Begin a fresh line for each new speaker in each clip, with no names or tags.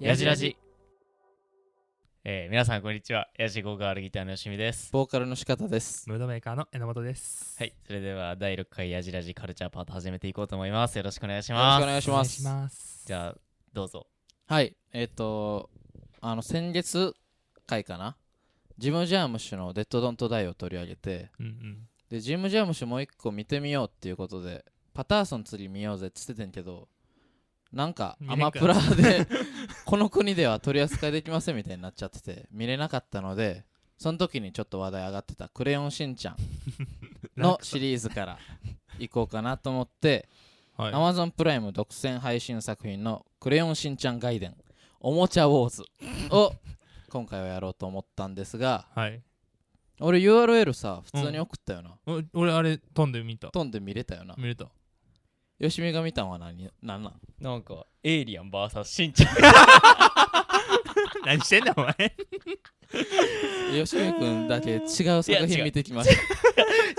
やじらじ。
えー皆さんこんにちはヤジゴーガールギターのよしみです
ボーカルの仕方です。
ムードメーカーの榎本です。
はいそれでは第6回ヤジラジカルチャーパート始めていこうと思いますよろしくお願いし
よろし
ま
く
す
お願いし
お願
ま
いし
す。
ます。
じ
あ、
ゃあどうぞ
はい、えっ、と、あの、先月回かな。ジム・ジャームッシュのデッド・ドント・ダイを取り上げて、
うんうん。
で、ジム・ジャームッシュもう一個見てみようっていうことで、パターソン次見ようぜって言っててんけど、なんか
見れ
ア
ん
マ
か
プラでこの国では取り扱いできませんみたいになっちゃってて見れなかったのでその時にちょっと話題上がってた「クレヨンしんちゃん」のシリーズから行こうかなと思って
はい。
Amazon プライム独占配信作品の「クレヨンしんちゃん外伝おもちゃウォーズ」を今回はやろうと思ったんですが
はい。
俺 URL さ普通に送ったよな、
お俺、あれ、飛んで見た。
飛んで見れたよな
見れた。
よしみが見たんは何なんなん
なんかエイリアン VS しんちゃん
何してんだ、お前。
よしみくんだけ違う作
いや違
品
う
見てきました
じゃ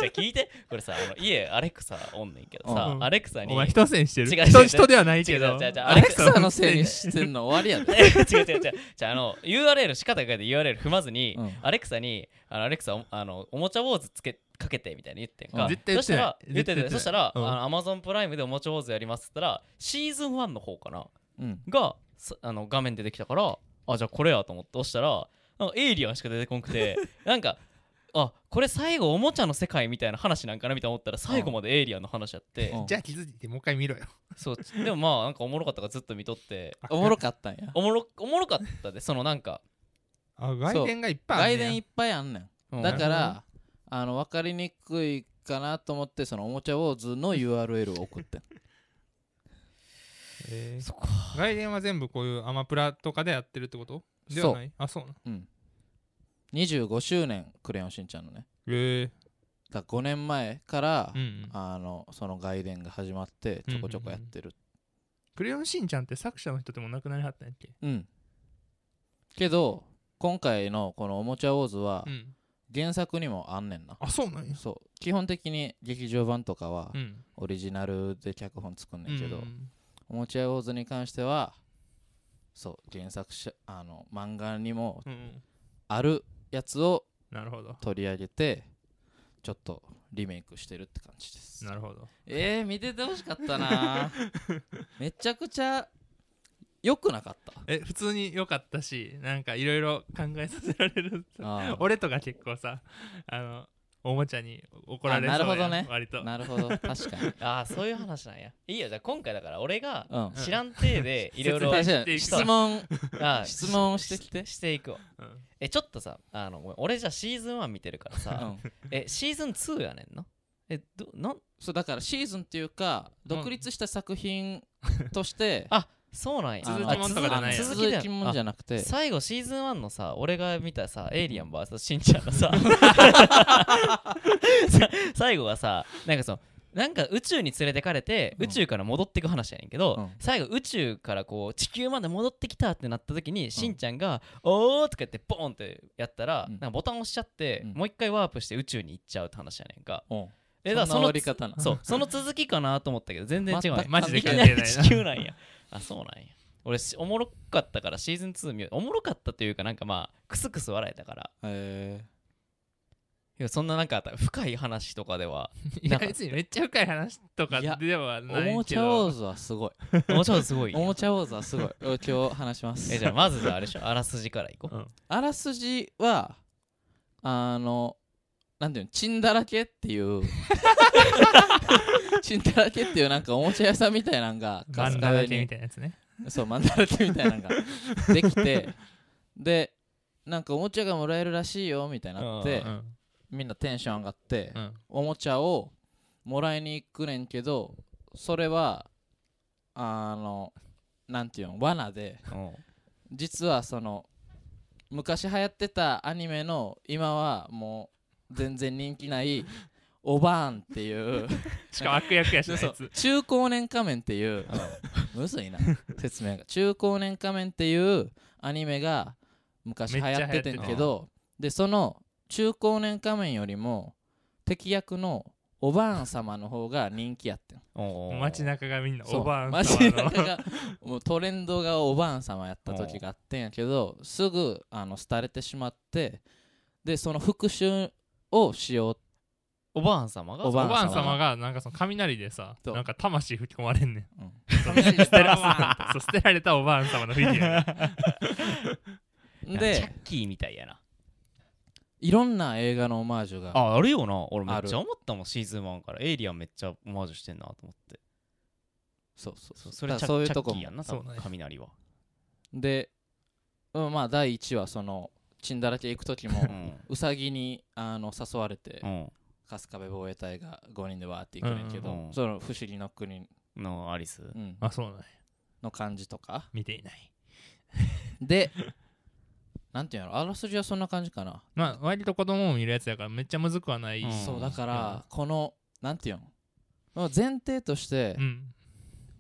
あ聞いてこれさあの家アレクサおんねんけどさ、
うん
アレクサに
お前、人線してる。
違う違う違
人
う
人ではないけ
違
ど。
う違う違う
アレクサのせいにしてんの終わりや で
え違う違う違うじゃああの URL 仕方が書いて URL 踏まずに、
うん
アレクサにあのアレクサおあのおもちゃウォーズつけかけてみたいに言ってんか、
うん
絶対言
そ
ってない
したら言って
絶対言って
て
な
そ
い
したら、
うん
あの Amazon プライムでおもちゃウォーズやりますって言ったらシーズン1の方かな
うん
がさあの画面出てきたからあじゃあこれやと思って押したらなんかエイリアンしか出てこなく てなんかあこれ最後おもちゃの世界みたいな話なんかなみたいな思ったら最後までエイリアンの話やって、
うん
じゃあ、気づいて、もう一回見ろよ。
そうでもまあなんかおもろかったからずっと見とって
おもろかったんや
おもろおもろかったでそのなんか
あ、外伝がいっぱい
外
ある。
伝いっぱいあんね
うんん
だか
なるほ
らあの分かりにくいかなと思ってそのおもちゃウォーズの URL を送ってん
えー
そっか
外伝は全部こういうアマプラとかでやってるってことではないあ、そうなの。
うん、25周年「クレヨンしんちゃん」のね
え
だ5年前から、
ー。うんうん。
あのその外伝が始まってちょこちょこやってる
クレヨンしんちゃんって作者の人ってもう亡くなりはったんやっけ
うん、けど今回のこの「おもちゃウォーズ」は
うん。
原作にもあんねんな、
あ、そうなんや。
そう基本的に劇場版とかは
うん。
オリジナルで脚本作んねんけど、
うん
おもちゃウォーズに関してはそう原作者あの漫画にも
うんうん。
あるやつを
なるほど。
取り上げてちょっとリメイクしてるって感じです
なるほど。
えー、見ててほしかっ たなめちゃくちゃ良くなかった
え普通に良かったしなんかいろいろ考えさせられる
あ
俺とか結構さあのおもちゃに怒られ
あ
そう
な
やん
るほどね
割と
あなるほど確か に
ああそういう話なんやいいよじゃあ今回だから俺が
うん
知らんていで いろいろ
うん
確かに質問
あー
質問をしてきて
していくわ
うん
えちょっとさあのごめん俺じゃあシーズン1見てるから
う
さ
ん
えシーズン2やねんのえどなん
そうだからシーズンっていうか独立した作品として
あそうなんや
あの
続きもんとかじゃない
あ
や
の
ん
続き
続きもんじ
ゃ
ゃなくて
最後シーズン1のさ俺が見たさエイリアン VS しんちゃんの ささ最後はさなんかそのなんか宇宙に連れてかれて
うん
宇宙から戻ってく話やねんけど、
うん
最後宇宙からこう地球まで戻ってきたってなった時に、しんちゃんが「おー」とか言ってボーンってやったら、
うん
なんかボタン押しちゃって、
うん
もう一回ワープして宇宙に行っちゃうって話やねんか。
うん
えだから
そんな終わり方な
つそうその続きかなと思ったけど全然違うね
全く
マジで
いき
関係
な
ない
り
な
地球なんや。 あ、そうなんや。俺し、おもろかったからシーズン2見よう。おもろかったというか、なんかまあ、クスクス笑えたから。
えー
いやそんななんか深い話とかでは、
い
な
や
んか
別にめっちゃ深い話とか
いや
ではないけど
おもちゃウォーズはすごい。
おもちゃすごい
お。もちゃウォーズはすごい。俺今日話しま
え、
す
じ。ゃあまずじゃああれでしょ、あらすじからいこう。
うん
あらすじは、あの、なんていうの、チンだらけっていう、チンだらけっていうなんかおもちゃ屋さんみたいなのが、
バンダだけみたいなやつね
に、そう、マンダラケみたいなのが できて、で、なんかおもちゃがもらえるらしいよみたいになっ
う
て
う、ん
みんなテンション上がって、
うん
おもちゃをもらいに行くねんけどそれはあのなんていうの罠で
うん
実はその昔流行ってたアニメの今はもう全然人気 ないおばあんっていう
しかも悪役やしな
そ
や
う
つ
中高年仮面っていうむずいな説明が中高年仮面っていうアニメが昔流行っててん
めっちゃ流行って
けどでその中高年仮面よりも敵役のおばあん様の方が人気やってん
おー
街中がみんな
そう
おばあん様
街
の
中がもうトレンドがおばあん様やった時があってんやけどすぐあの廃れてしまってでその復讐をしよう
おばあん様が
お
お
ば
ば
あ
あ
ん
ん
様
様がなんかその雷でさ
そう
なんか魂吹き込まれんね ん
うん
そう 捨てらそう捨てられたおばあん様のフィギ ュアが
なんかチャ
で
ッキーみたいやな。
いろんな映画のオマージュが
あ、あるよな。俺め
あ
っ
る
ちゃ思ったもん、シーズン1から。エイリアンめっちゃオマージュしてんなと思って。
そうそう
そ
そう
それ
だ
チャ
からそういう
チャ
と
ッ
こ
キー
も
やんな、
そ
多
うな
分
んや
雷は。
で、うん、まあ第1話そのチンだらけ行く時も
うん。
うさぎにあの誘われて
うん。
春日部防衛隊が5人でわーって行くねんけど、
うんうん
その「不思議の国、
のアリス。
うん
あそうなんや
の感じとか
見ていない
でなんていうのあらすじはそんな感じかな、
まあ割と子供も見るやつやからめっちゃむずくはないし
うん
そうだからこのなんていうのまあ前提として、
うん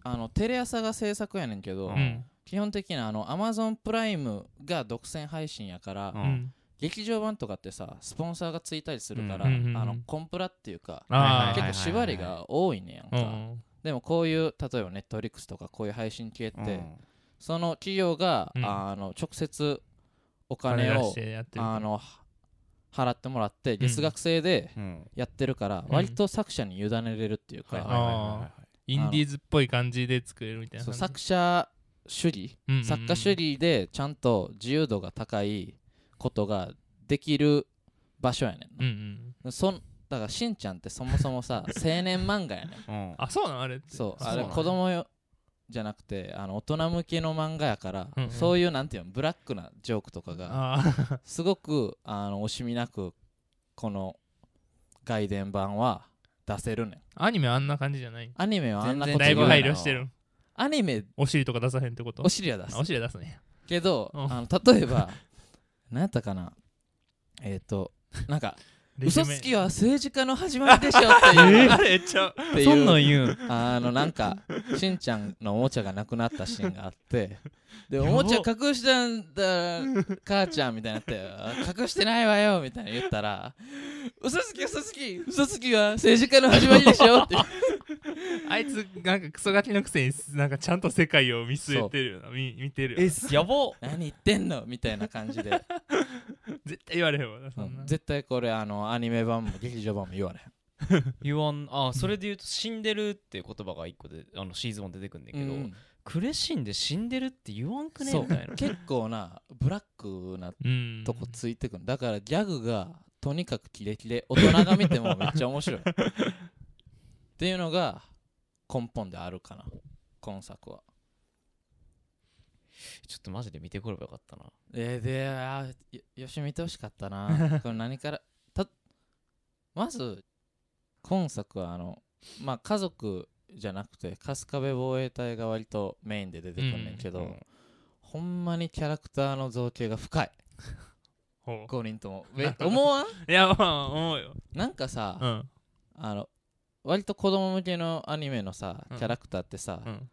あのテレ朝が制作やねんけど、
う
うんん
基本的にあのアマゾンプライムが独占配信やから、
う
うんん
劇場版とかってさスポンサーがついたりするから、
うんうんうんうん
あのコンプラっていうか
は
あ
い
結
は
構縛りが多いねやんか、
あうん
でもこういう例えばネットリックスとかこういう配信系って、
うん
その企業が、
うん
あの直接お
金
金
出
を
してやってる
あのは払ってもらって月額制で
うん。
やってるから、
うん
割と作者に委ねれるっていうか、
はいはいインディーズっぽい感じで作れるみたいな
そう
感じ
作者主義、
うんうんうん
作家主義でちゃんと自由度が高いことができる場所やねんな、
うんうん
そんだからしんちゃんってそもそも さ青年漫画やねん
うん。
あそうなんあれって
そう
そう
あれ
なんや
子供よじゃなくてあの大人向けの漫画やから、
うんうん
そういうなんていうのブラックなジョークとか が
あー
すごくあの惜しみなくこの外伝版は出せるねん
アニメあんな感じじゃない
アニメはあんなこと
だい
言
ぶ
うな
配
よ
慮してる
アニメ
お尻とか出さへんってこと
お尻は出
あ
す
お尻は出すね
けど
うん
あの例えば 何やったかなえっ、となんか
レジ
嘘
ュメ
つきは政治家の始まりでしょっていう
あれちゃう
っていう
そんなん言うん。
あのなんかしんちゃんのおもちゃがなくなったシーンがあってでお
ば
もちゃ隠したんだ母ちゃんみたいになってあ隠してないわよみたいな言ったら嘘つき嘘つき嘘つきは政治家の始まりでしょって
あいつなんかクソガキのくせになんかちゃんと世界を見据えてるよなみ見てるよ
え
な、
やばっ。
何言ってんのみたいな感じで、
絶対言われへんわなそんな、
絶対これあのアニメ版も劇場版も言われへん
言わんあそれで言うと「死んでる」っていう言葉が一個であのシーズン1出てくんだけど、
うん
クレシンで死んでるって言わんくね
そ
みたいうな
結構なブラックな
うん
とこついてくるだからギャグがとにかくキレキレ大人が見てもめっちゃ面白いっていうのが根本であるかな今作は
ちょっとマジで見てこればよかったな
えー、であーよよし見てほしかっ たなこれ何からたまず今作はあのまあ家族じゃなくて春日部防衛隊が割とメインで出てくんねんけど、
うん
ほんまにキャラクターの造形が深い
ほ
5人と もえ思わん
ういやまあ思うよ
なんかさ、
うん
あの割と子供向けのアニメのさ
うん
キャラクターってさ、
うん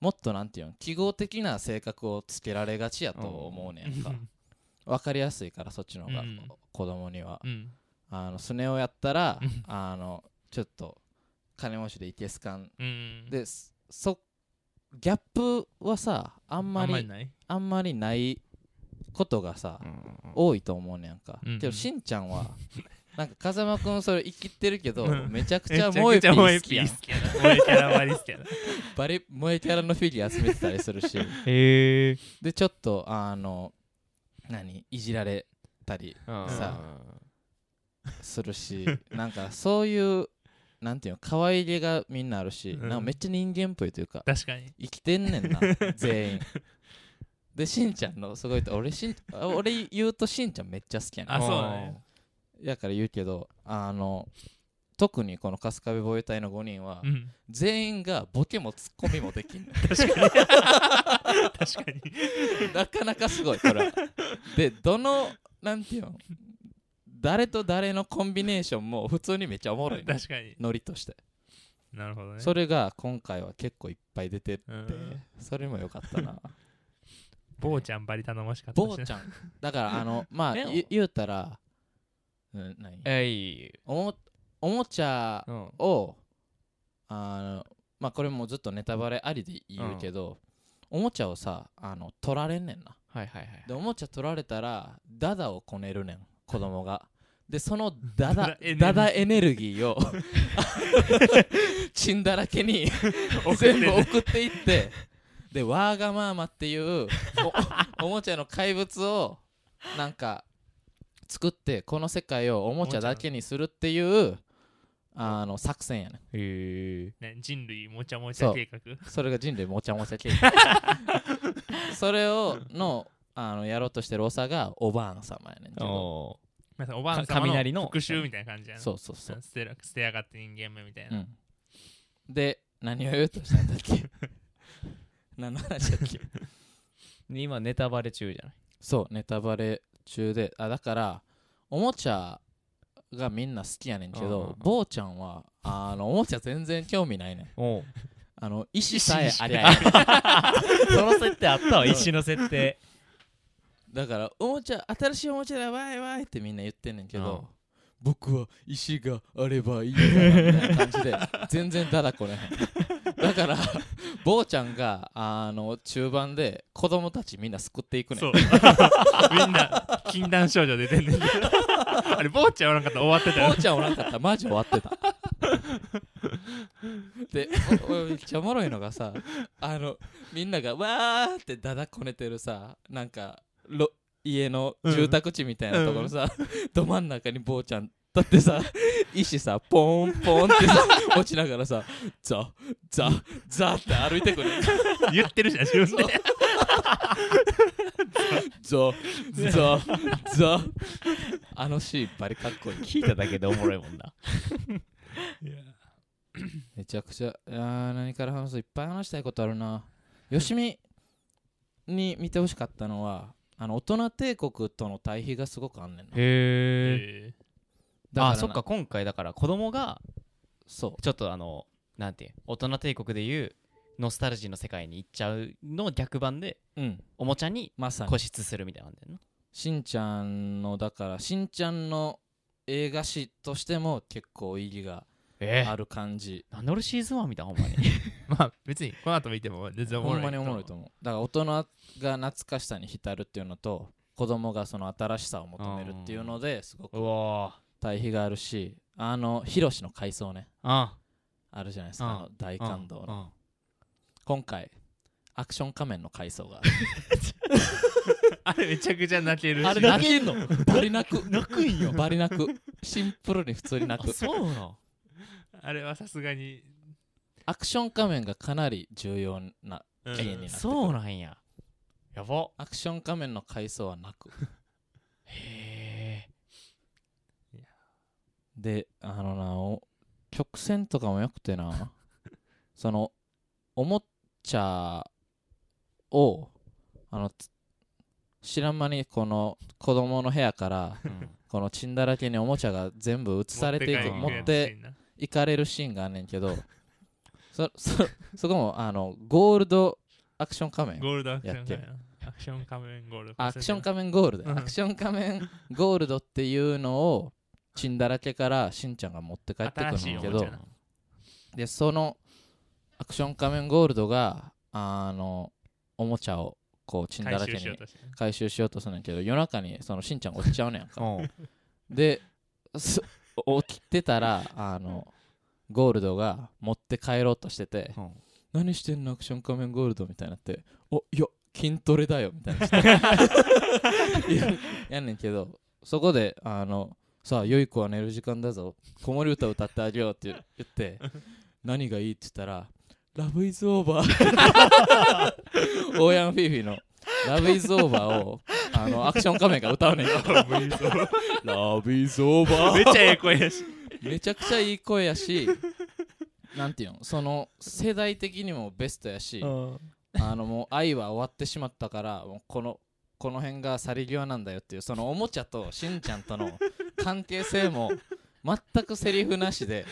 もっとなんていうの記号的な性格をつけられがちやと思うねんか、 分かりやすいからそっちの方が、
うん
子供には
うん
あのスネ夫やったら
うん
あのちょっと金持ちでイケスカン
うん
でそギャップはさあんまりあんまり
ない
ないことがさ、
うん
多いと思うねやんか、
うんうん
けどしんちゃんは なんか風間くんそれ生きってるけど、
うん
めちゃく
め
ち
ち
ゃ
ゃ
萌え
く
ピ
ちゃ萌
ー
え
好
ピ
きやん
ー好きやな萌えキャラ割り好きやな
バリ萌えキャラのフィギュア集めてたりするし
へえ
でちょっとあの何いじられたり
さ
する しなんかそういうなんていうの可愛げがみんなあるし、
うん
なんかめっちゃ人間っぽいというか
確かに
生きてんねん な全員でしんちゃんのすごいと俺しんあ俺言うとしんちゃんめっちゃ好きやねん
あそうだね
やから言うけどあの特にこの春日部防衛隊の5人は
うん
全員がボケもツッコミもできんねん
確かに
なかなかすごいこれはでどのなんていうの誰と誰のコンビネーションも普通にめっちゃおもろい、ね、
確かに
ノリとして、
なるほどね
それが今回は結構いっぱい出てて、
うん
それもよかった な
坊ちゃんばり頼もしかったし
坊 ちゃんだからあのまあ
でも
ゆ言うたら、うん、何
えい
おもおもちゃ
うん
をあのまあこれもうずっとネタバレありで言うけど、おもちゃをさあの取られんねんな
はいはいはい
でおもちゃ取られたらダダをこねるねん子供がでそのダダダ
ダ
ダ
ダ
エネルギーを血んだらけに
送って
全
ん
部
ね
送っていってでワーガマーマっていうお おもちゃの怪物をなんか作ってこの世界をおもちゃだけにするっていうあの作戦やね
へえ
ね人類もちゃもちゃ計画
それが人類もちゃもちゃ計画それをのあのやろうとしてるおさがおばあん様やねんけど
お
まあおばあ
か
さん
雷の
の復讐みたいな感じやな
そうそうそう
捨てら捨てやがって人間めみたいな、
うんで何を言おうとしたんだっけ 何の話だっけ
ー今ネタバレ中じゃない
そうネタバレ中であだからおもちゃがみんな好きやねんけ
うんうんうん
ど坊ちゃんはあのおもちゃ全然興味ないねん
おう
あの石さえありゃあ
その設定あったわ石の設定
だからおもちゃ新しいおもちゃだわいわいってみんな言ってんねんけど、僕は石があればいいからみたいな感 じで全然ダダこねへんだから坊ちゃんがあの中盤で子供たちみんな救っていくねん
そう みんな禁断症状出てんねんけど あれ坊ちゃんおらんかったら終わってたよ
坊ちゃんおらんかったらマジ終わってたでおおめっちゃおもろいのがさあのみんながわーってだだこねてるさなんかろ家の住宅地みたいなところさ、ど真ん中に坊ちゃん立ってさ石さポンポンってさ落ちながらさザザザって歩いてくる
言ってるしな自分で
ザザザあのシーンバリかっこいい
聞いただけでおもろいもんな
めちゃくちゃあー何から話すいっぱい話したいことあるなよしみに見てほしかったのはあの大人帝国との対比がすごくあんねんな
へえ
え
らな
あそっか今回だから子供が
そう
ちょっとあのなんていう大人帝国でいうノスタルジーの世界に行っちゃうの逆版で
うん
おもちゃに
まさ
固
に
執するみたいなんだよな
しんちゃんのだからしんちゃんの映画史としても結構意義が
え
ある感じ
なんで俺シーズン1見たほんまに
まあ別にこの後見ても全然おも
ほ
ろ
ん
い
まにおもろいと思うだから大人が懐かしさに浸るっていうのと子供がその新しさを求めるっていうのですごく
うわ
対比があるしあのヒロシの回想ね
あ
あるじゃないですか、
うん
あの大感動の、
の
今回アクション仮面の回想がある
あれめちゃくちゃ泣けるし
あれ泣けんのバリ 泣く泣くんよバリ泣くシンプルに普通に泣
あ
く
そうな
あれはさすがに、
アクション仮面がかなり重要な
うん
シーンになってくる
そうなんややば
アクション仮面の回想は泣く
へえ
であのなお曲線とかもよく てなそのおもちゃをあのつ知らん間にこの子供の部屋からこのチンだらけにおもちゃが全部移されていく持
持
っ
ってて帰る
行かれるシーンがあんねんけど そ そそこもあのゴールドアクション仮面
ゴールドアクシ
や
ョ
っ
ン
て
仮面アクション仮面ゴールド
あアクション仮面ゴールドや
うん
アクション仮面ゴールドっていうのをチンだらけからしんちゃんが持って帰ってくる
新しい
んだ
お
け
もち
ど
ゃな
でそのアクション仮面ゴールドがあのおもちゃをこうチンだ
回
らけ
収しよう
に
としてる
回収しようとするんだけど夜中にそのしんちゃんが落ちちゃうねん やんかでそ起きてたらあのゴールドが持って帰ろうとしてて何してんのアクション仮面ゴールドみたいになっておいや筋トレだよみたいな いややんねんけどそこであのさあ良い子は寝る時間だぞ子守歌歌ってあげようって言言 って何がいいって言ったら「ラブイズオーバー」 オーヤンフィーフィーの「ラブイズオーバーを」あのアクション仮面が歌うねんけどラブイズオーバー
めっちゃええ声やし
めちゃくちゃいい声やしなんていうのその世代的にもベストやし、あのもう愛は終わってしまったからもうこのこの辺が去り際なんだよっていうそのおもちゃとしんちゃんとの関係性も全くセリフなしで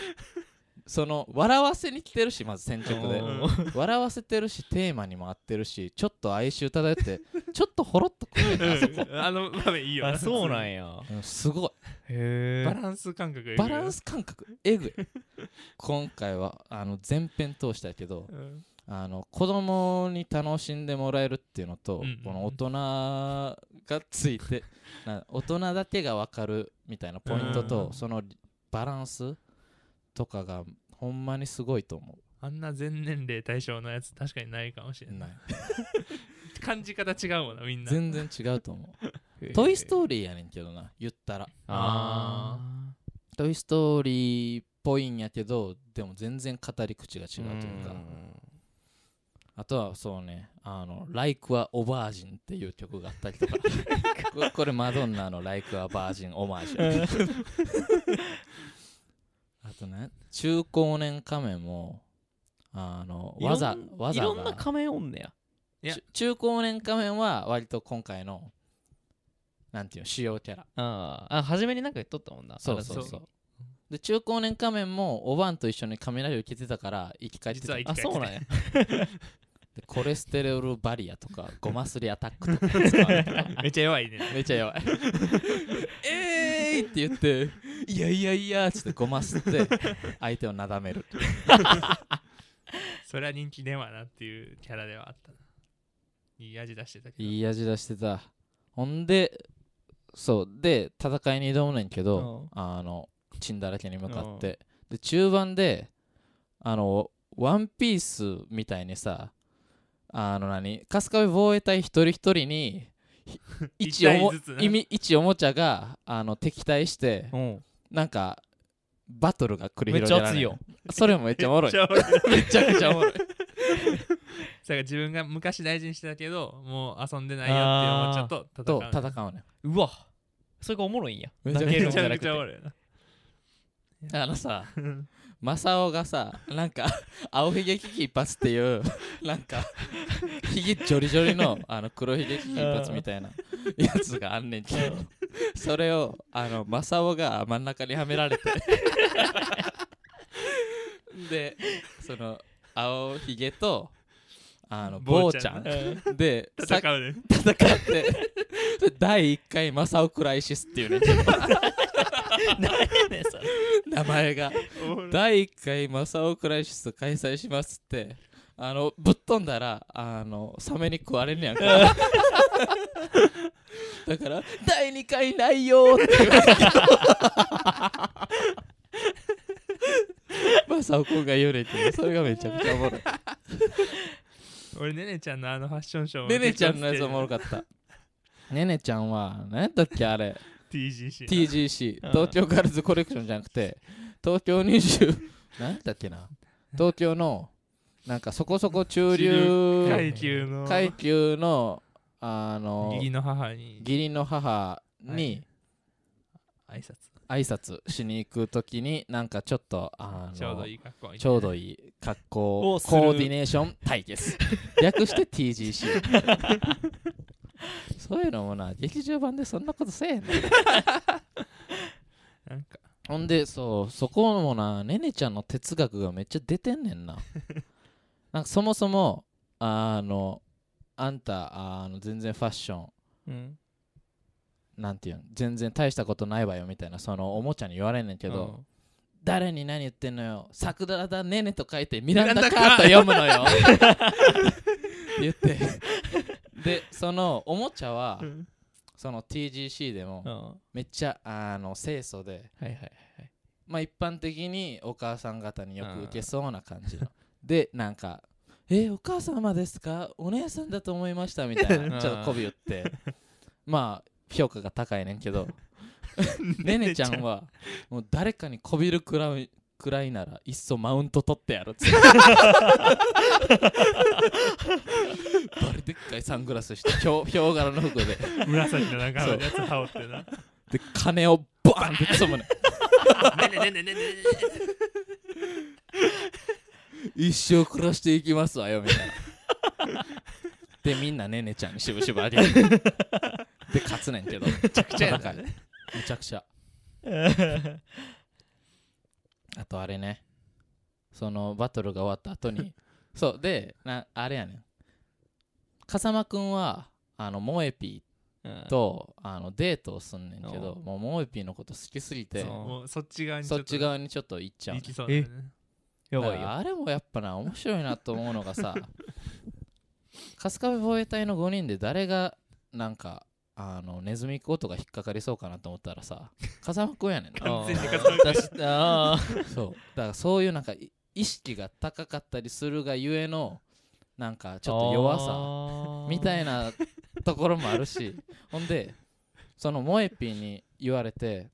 その笑わせに来てるしまず先着で
うん
笑わせてるしテーマにも合ってるしちょっと哀愁漂ってちょっとほろっとくるんだあそこ
うんあの場面いいよ
あそうなん
や
や
うんすごい
へ
バ
え
ランス感覚がいるよ
バラン、ス感覚えぐい今回はあの全編通したけど
うん
あの子供に楽しんでもらえるっていうのと、
うんうんうん
この大人がつい てな大人だけが分かるみたいなポイント
う
と
ん
そのバランスとかがほんまにすごいと思
あんな全年齢対象のやつ確かにないかもしれ
う
ない
ない
感じ方違うもんなみんな
全然違うと思 う「トイ・ス
ー
トーリー」やねんけどな言ったら
あ
「トイ・ストーリー」っぽいんやけどでも全然語り口が違
ー
うというかあとはそうね「あの Like a オバージン」っていう曲があったりとかここれマドンナの「Like a バージンオマージュ」 あとね中高年仮面もあの
いろん
技技
いろんな
が
仮面おんねや
いや
中中高年仮面は割と今回のなんていうの主要キャラ
あーあ初めになんか言っとったもんな
そうそう
そう
で中高年仮面もおばんと一緒に雷を受けてたから生き返って
実
た
は
で
一
あ
回
そうなんや
コレステロールバリアとかゴマすりアタックとか使われてた
めっちゃ弱いね
めっちゃ弱いえーいって言っていやいやいやっつってゴマすって相手をなだめる
それは人気ねわなっていうキャラではあったないい味出してたけど
いい味出してたほんでそうで戦いに挑むねんけど、あのチンだらけに向かって、で中盤であのワンピースみたいにさあの何春日部防衛隊一人一人 にひ一おも
一体ずつな
意味一おもちゃがあの敵対して
うんうん
なんかバトルが繰り
めっ
広
ち
げ
ゃ
られ
熱
る
いよ
それもめっちゃお もろい
めっちゃおもろい
めちゃくちゃおもろい
それが自分が昔大事にしてたけどもう遊んでないよっていうおもちゃと戦
と
うの
戦うね
うわそれがおもろいんや
めちゃくちゃ
泣けるん
め
じゃ
ちゃ
な
く
く
ちゃおも
て
ろいな
あのさマサオがさなんか 青ひげ危機一髪っていう なんかひげジョリジョリのあの黒ひげ危機一髪みたいなやつがあんねんけどそれをあのマサオが真ん中にはめら れてでその青ひげとあの
坊
坊
ち
ち
ゃ
ゃ
ん
んでさ
戦うね
戦ってそれ第1回マサオクライシスっていうねんけ ど
何やねんそれ
名前が。
おもろい
第1回マサオクライシス開催しますってあのぶっ飛んだらあのサメに食われるやんか だから第2回ないよって言われたけどマサオくんが言うねんけどそれがめちゃくちゃお もろい
俺ねねちゃんのあのファッションショー
ねねちゃんのやつおもろかったねねちゃんは何やったっけあれ
TGC な
TGC
うん
東京ガールズコレクションじゃなくて東京20 何だっけな東京のなんかそこそこ中流
階級の
階級のあの
義理の母に
義理の母に
挨拶
挨拶しに行く時になんかちょっとあの
ちょうどいい格好みたいな
ちょうどいい格好
をす
コ
る
ーディネーション対 決略して TGC そういうのもな劇場版でそんなことせえへんねん
なんか
ほんでそうそこもなねねちゃんの哲学がめっちゃ出てんねんななんかそもそもあのあんたあの全然ファッション
うん
なんていうの全然大したことないわよみたいなそのおもちゃに言われんねんけど、誰に何言ってんのよ桜田ねねと書いてミランダカーと読むのよって言ってでそのおもちゃは、
うん
その TGC でも
うんうんは
めっちゃあの清楚で
いはい
まあ一般的にお母さん方によく受けそうな感じの。で、なんか、え、お母様ですかお姉さんだと思いましたみたい
う
な。
ん
ちょっと媚び打って。まあ、評価が高いねんけど、ねねちゃんは、もう誰かに媚びるくらいくらいなら、いっそマウント取ってやるっつって。バリでっかいサングラスして、ひょうひょう柄の服で。
紫の中のやつ羽織ってなね
で、金をバーンって積むねん。
ねねねねねね
一生暮らしていきますわよみたいなでみんなねねちゃんにしぶしぶあげるで勝つねんけどめちゃく
ちゃやな
めちゃくちゃ
はい
あとあれねそのバトルが終わった後にそうでなあれやねん風間くんはあのモエピーっ
うん
とあのデートをすんねんけど
うん
もうモエピーのこと好きすぎて
そう
もうそっち側に
そっち
側
側にちょっと行っちゃうね
行きそうだよね
やば
だ
い
か
よ
らあれもやっぱな面白いなと思うのがさ春日部防衛隊の5人で誰がなんかあのネズミ講とか引っかかりそうかなと思ったらさ風間君やね んな
完全に
あー
片付
私
け
あ
そうだからそういうなんかい意識が高かったりするがゆえのなんかちょっと弱さ
さ
みたいなところもあ るしほんでそのモエピーに言われて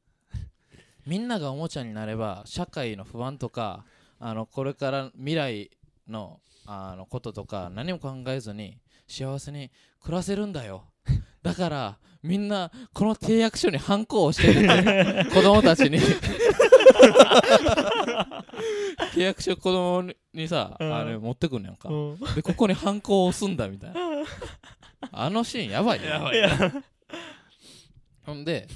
みんながおもちゃになれば社会の不安とかあのこれから未来のあのこととか何も考えずに幸せに暮らせるんだよだからみんなこの契約書に反抗をし てるって子供たちに契約書子供にさ、
うん
あれ持ってくんねやんか、
うん
でここに反抗を押すんだみたいなあのシーンやばいね
やばい
ほんで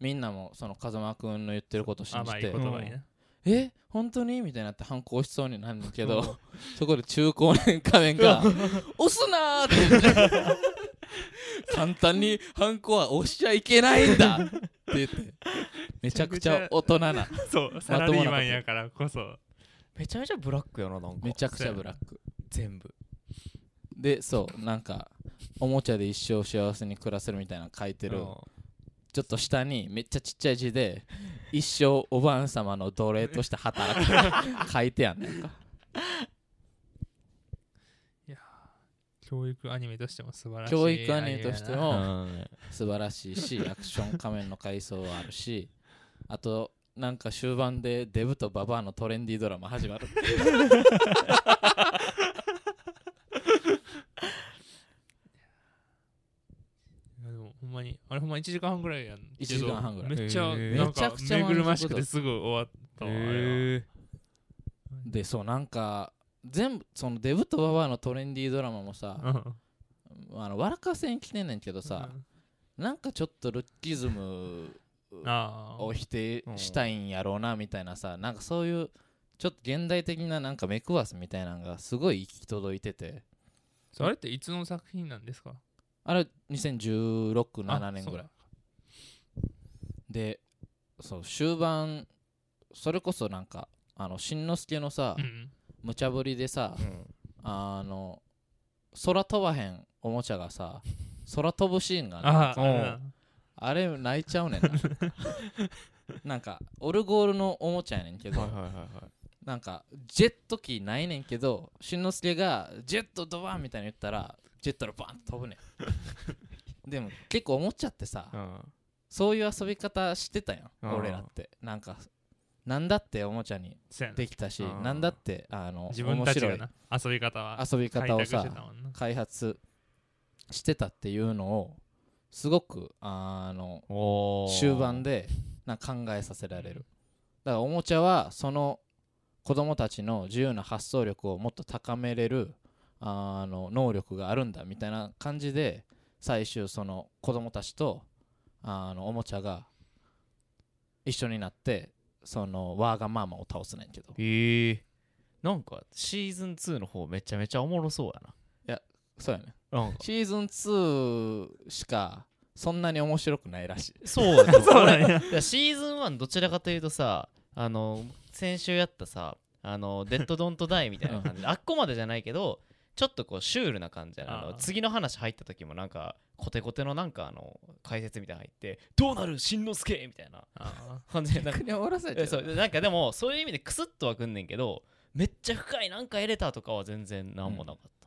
みんなもその風間くんの言ってることを信じ
甘い
て
言葉にな
「え本当に?」みたいになって反抗しそうになるんだけどそこで中高年仮面が「押すな!」って言って簡単に反抗は押しちゃいけないんだって言ってめちゃくちゃ大人な
そうサラリーマンやからこそ
めちゃめちゃブラックやななんか
めちゃくちゃブラック
全部
でそうなんかおもちゃで一生幸せに暮らせるみたいなの書いてる
うん
ちょっと下にめっちゃちっちゃい字 で「一生おばあ様の奴隷として働く」 書いてあんねんか
教育アニメとしても素晴らしい
教育アニメとして
アニメやな
も
うん
素晴らしい しアクション仮面の回想はあるしあとなんか終盤でデブとババアのトレンディードラマ始まる
いやでもほんまにあれほんま1時間半ぐらいやん
1時間半ぐらい
めっちゃ
へー
なん
めちゃ
か
くちゃ
目ぐるましく
満足度
てすぐ終わったわあれは
へ
でそうなんか全部そのデブとババアのトレンディードラマもさ
うん
あの笑かせに来てんねんけどさ
うん
なんかちょっとルッキズム
ああ
を否定したいんやろうなみたいなさなんかそういうちょっと現代的ななんか目くわすみたいなのがすごい行き届いてて
それっていつの作品なんですか
あれ201617
あ
年
そう
ぐらいでそう終盤それこそなんかあのしんのすけのさ
うん
無茶ぶりでさあの空飛ばへんおもちゃがさ空飛ぶシーンがある
あ
うん
あ
あれ泣いちゃうねん ななんかオルゴールのおもちゃやねんけ
ー
ど、
はいはいはいはい
なんかジェット機ないねんけどしんのすけがジェットドバーンみたいに言ったらジェットのバーンと飛ぶね んでも結構思っちゃってさ
うん
そういう遊び方してたや
うんん
俺らってなんかなんだっておもちゃに
そうやな
できたし
うん
なんだってあの
自分たちが
面
な遊び方は
白い遊び方を
開拓し
さ
てたもんな
開発してたっていうのをすごくあの
おー
終盤でなんか考えさせられるだからおもちゃはその子供たちの自由な発想力をもっと高めれるあの能力があるんだみたいな感じで最終その子供たちとあのおもちゃが一緒になってそのワーガマーマを倒すねんけど
へえなんかシーズン2の方めちゃめちゃおもろそうや
そうやね
ななんか
シーズン2しかそんなに面白くないらし い
そうやと思う
そうなんや
いやシーズン1どちらかというとさあの先週やったさあの「デッド・ドント・ダイ」みたいな感じであっこまでじゃないけどちょっとこうシュールな感じやなあの
あー
次の話入った時もなんかコテコテのなんかあの解説みたいなの入って「どうなるしんのすけ!」みたい な
あ
感じでなんか
逆に終わらせ
えそうなんかでもそういう意味でクスッとはくんねんけどめっちゃ深いなんかエレターとかは全然なんもなかった、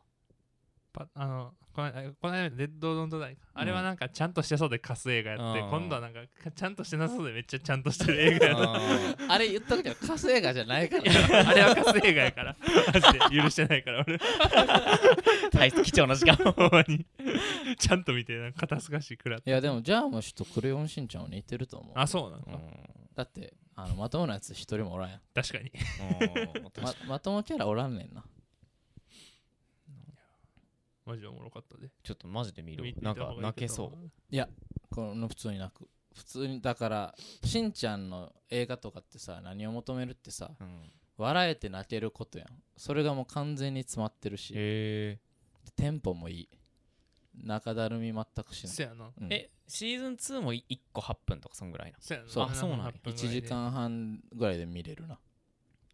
パあのこの間この間レッドドントダイかあれはなんかちゃんとしてそうでカス映画やって、
うん
今度はなんかちゃんとしてなさそうでめっちゃちゃん としてる映画やな
あれ言った時はカス映画じゃ ないからね
あれはカス映画やからマジで許してないから 俺
大貴重な時間
ほんまにちゃんと見てなんか肩透かし食らって
いやでもジャーマシュとクレヨンしんちゃんは似てると思う
あそうなの
う
か、
ん
だってあのまともなやつ一人もおらんやん
確かに
ままともキャラおらんねんな
マジでおもろかったで
ちょっとマジで見る
見て
な
た
んか
方がい
泣け
いけ
そ
ど
う
この普通に泣く普通にだからしんちゃんの映画とかってさ何を求めるってさ
うん
笑えて泣けることやんそれがもう完全に詰まってるし
へえ
テンポもいい中だるみ全くしない
そやな
うん
えシーズン2も1個8分とかそんぐらいな
そやな
そう
あそうなんや
8分ぐら
1
い
時
で
間半ぐらいで見れるな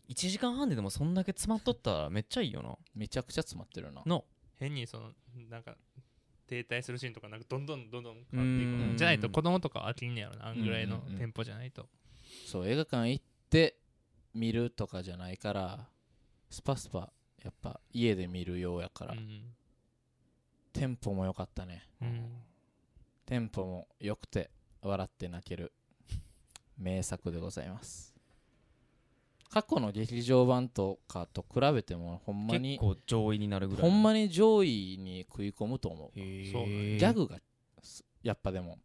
1時間半ででもそんだけ詰まっとったらめっちゃいいよな
めちゃくちゃ詰まってるな
の
変にそのなんか停滞するシーンとかなんかどんどんどんどん変わっていく
う
の
ん
じゃないと子供とかは飽きんねやろなあんぐらいの
うんうんうん
テンポじゃないと
そう映画館行って見るとかじゃないからスパスパやっぱ家で見るようやから、
うん
テンポも良かったね
うん
テンポも良くて笑って泣ける名作でございます過去の劇場版とかと比べてもほんま
結
に
構上位になるぐらい
ほんまに上位に食い込むと思うギ
そうね
ャグがすやっぱでも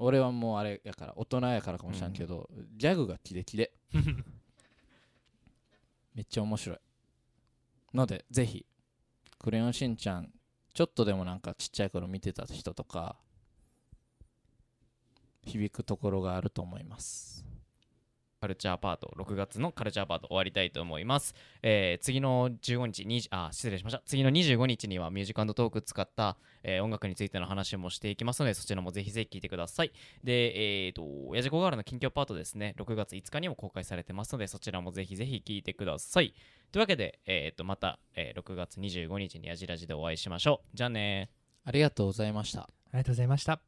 俺はもうあれやから大人やからかもしれんけど、ギャグがキレキレめっちゃ面白いのでぜひ「クレヨンしんちゃん」ちょっとでもなんかちっちゃい頃見てた人とか響くところがあると思います
カルチャーパート6月のカルチャーパート終わりたいと思います、えー次の15日にあ失礼しました次の25日にはミュージックトーク使った、えー音楽についての話もしていきますのでそちらもぜひぜひ聞いてくださいでえっ、と親父子ガールの近況パートですね6月5日にも公開されてますのでそちらもぜひぜひ聞いてくださいというわけで、えー、とまた、えー6月25日にやじらじでお会いしましょうじゃあねー
ありがとうございました
ありがとうございました